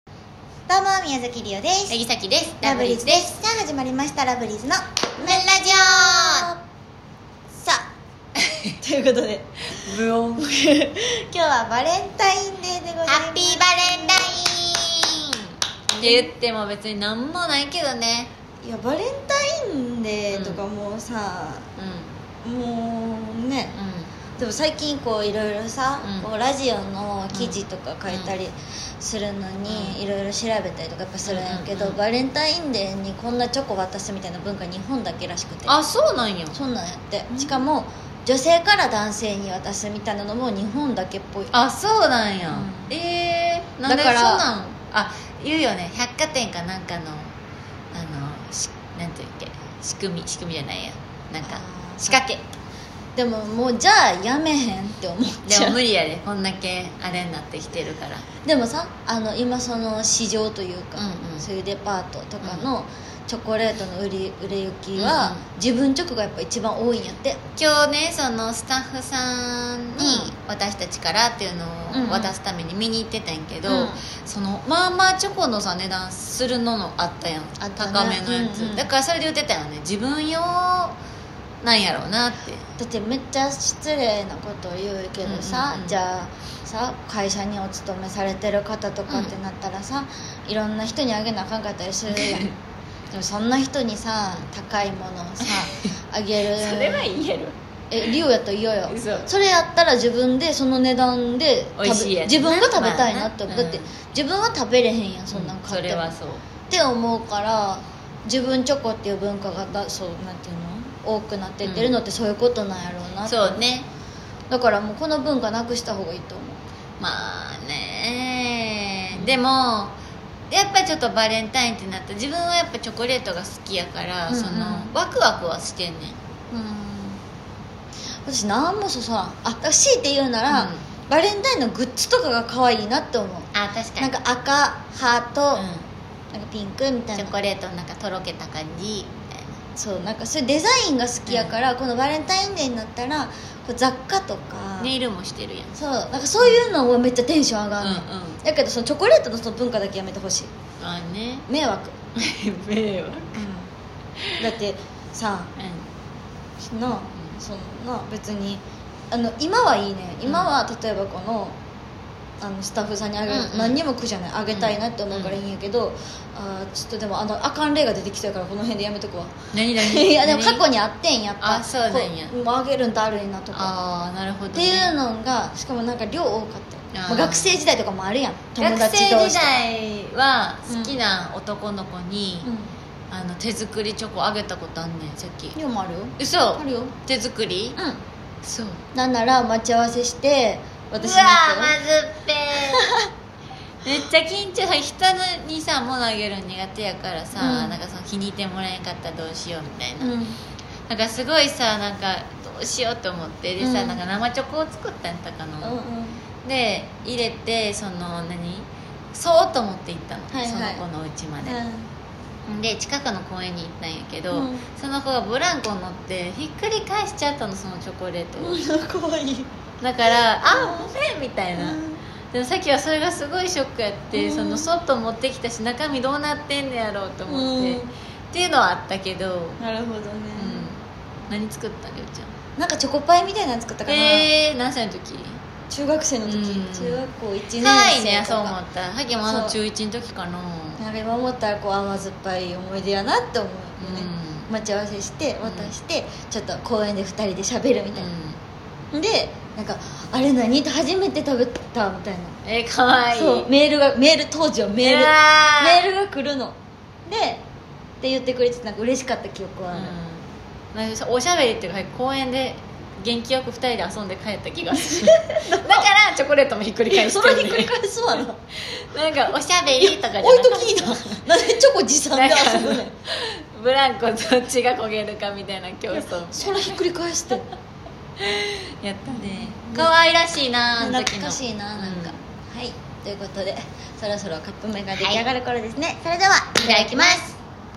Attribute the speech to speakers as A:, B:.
A: どうも宮崎りおです
B: 八木崎です
A: ラ
B: ラ
A: ブ
B: ブ
A: リ
B: リ
A: ー
B: ー
A: ズ
B: ズ
A: で
B: ですす
A: じゃあ始まりましたラブリーズの
B: ムーンラジ
A: さあ ということで
B: オ無音
A: 今日はバレンタインデーでございます
B: ハッピーバレンタインって言っても別になんもないけどね
A: いやバレンタインデーとかもうさ、
B: うん
A: もうね
B: う
A: でも最近こういろいろさ、
B: うん
A: こうラジオの記事とか書いたりするの
B: うん
A: にいろいろ調べたりとかやっぱするんやけど、
B: うんうんうん
A: バレンタインデーにこんなチョコ渡すみたいな文化日本だけらしくて
B: んあそうなんや
A: そんなんやって、
B: うん
A: しかも女性から男性に渡すみたいなのも日本だけっぽい
B: あそうなんや
A: うん
B: えーなんで
A: だ
B: そ
A: か
B: ん
A: ら
B: なんあ言うよね百貨店かなんかのあのしなんていうっけ仕組み仕組みじゃないやなんか
A: あー
B: 仕掛け
A: でももうじゃあやめへんって思っち
B: で
A: ゃ
B: も
A: う
B: 無理やでこんだけあれになってきてるから
A: でもさあの今その市場というか、
B: うんうん
A: そういうデパートとかのチョコレートの売り売れ行き
B: う
A: は、
B: んうん
A: 自分チョコがやっぱ一番多いんやって
B: 今日ねそのスタッフさんに私たちからっていうのを渡すために見に行ってたんやけど、
A: うん
B: そのまあまあチョコのさ値段するののあったやん
A: あったね
B: 高めのやつ、
A: うんうん
B: だからそれで言ってたよね自分用なんやろうなって
A: だってめっちゃ失礼なことを言うけどさ、
B: うんうんうん
A: じゃあさ会社にお勤めされてる方とかってなったらさ、いろんな人にあげなあかんかったりする やんでもそんな人にさ高いものをさ あげる
B: 言える
A: えリオやと言おうよ
B: 嘘
A: それやったら自分でその値段で食べ
B: 美味しいやつ
A: 自分が食べたいなって、
B: まあな
A: だって
B: うん
A: 自分は食べれへんやんそんなん買
B: そ
A: って
B: れ
A: も、
B: は
A: っ
B: そう
A: て思うから自分チョコっていう文化がだそうなんていうの多くなっていってるのってそういうことなんやろうなって
B: そうね
A: だからもうこの文化なくした方がいいと思う
B: まあねでもやっぱちょっとバレンタインってなった自分はやっぱチョコレートが好きやから、
A: うんうん
B: そのワクワクはしてんねん
A: 私何もそうさあだから強いて言うなら、
B: うん
A: バレンタインのグッズとかが可愛いなって思う
B: あ確か
A: な
B: に
A: んか赤ハート、なんかピンクみたい
B: チ
A: な
B: ョコレートのなんかとろけた感じみたいな
A: そうなんかそういうデザインが好きやから、このバレンタインデーになったらこう雑貨とか、
B: ネイルもしてるやん
A: そうなんかそういうのはめっちゃテンション上がる、の
B: うんうん
A: だけどそのチョコレートのその文化だけやめてほしい
B: あね
A: 迷惑、
B: 迷惑
A: だってさな
B: うん
A: そのな別にあの今はいいね
B: うん
A: 今は例えばこのあのスタッフさんにあげる、
B: うんうん
A: 何にも苦じゃないあげたいなって思うからいいんやけど、あーちょっとでもあのあかん例が出てきちゃうからこの辺でやめとくわ
B: 何何
A: いやでも過去にあってんやっぱ
B: あそうなんや
A: こもうあげるんだるいなとか
B: ああなるほど、
A: っ
B: ね、
A: ていうのがしかもなんか量多かったよ
B: あー
A: まあ学生時代とかもあるやん友
B: 学
A: 達
B: 生
A: 同士
B: 時
A: とか
B: 代は好きな男の子に、あの手作りチョコあげたことあんねんさっき
A: うん量もあるよ
B: 嘘
A: あるよ
B: 手作り
A: う
B: そううん
A: なんなら待ち合わせして私
B: わ
A: の
B: まずっぺー めっちゃ緊張人にさ物あげるの苦手やからさ、
A: うん
B: なんかその気に入ってもらえんかったらどうしようみたいな、
A: うん
B: なんかすごいさなんかどうしようと思ってでさ、
A: うん
B: なんか生チョコを作ったんやったかな、
A: うん
B: で入れてその何そうと思って行ったの、
A: はいはい
B: その子の家まで、で近くの公園に行ったんやけど、
A: うん
B: その子がブランコ乗ってひっくり返しちゃったのそのチョコレートを、
A: うんかわいい
B: だから「あごめん」みたいな、
A: う
B: でもさっきはそれがすごいショックやって、
A: うん
B: そのそっと持ってきたし中身どうなってんねやろうと思って、
A: うん
B: っていうのはあったけど、うん
A: んなるほどね
B: 何作ったりょうちゃん
A: なんかチョコパイみたいなの作ったかな
B: えー、何歳の時
A: 中学生の時
B: うん
A: 中学校1年
B: 可愛い
A: 生
B: ね
A: と
B: そう思
A: か
B: ったハゲもあの中1の時かな
A: なんか今思ったらこう甘酸っぱい思い出やなって思うよね
B: う
A: 待ち合わせして渡してちょっと公園で2人で喋るみたいな、でなんか「あれ何?」って初めて食べたみたいな、
B: えー、可愛い
A: そうメールがメール当時はメール、
B: うわ
A: メールが来るのでって言ってくれてなんか嬉しかった記憶はある、
B: うんなんかおしゃべりっていうか公園で元気よく2人で遊んで帰った気が するだからチョコレートもひっくり
A: いや
B: 返
A: そ
B: し
A: れ
B: て
A: ひっ くり
B: ね
A: 返すわな
B: なんかおしゃべりとかじゃな
A: 置いと
B: かっ
A: きいいななんでチョコ持参で遊ぶねん
B: たブランコどっちが焦げるかみたいな競争
A: それひっくり返して
B: やったね可愛らしいなあの時
A: 懐
B: の
A: かしいななんか、はいということでそろそろカップ麺が出
B: は
A: 来
B: い
A: 上がる頃ですね、それではい
B: ただきます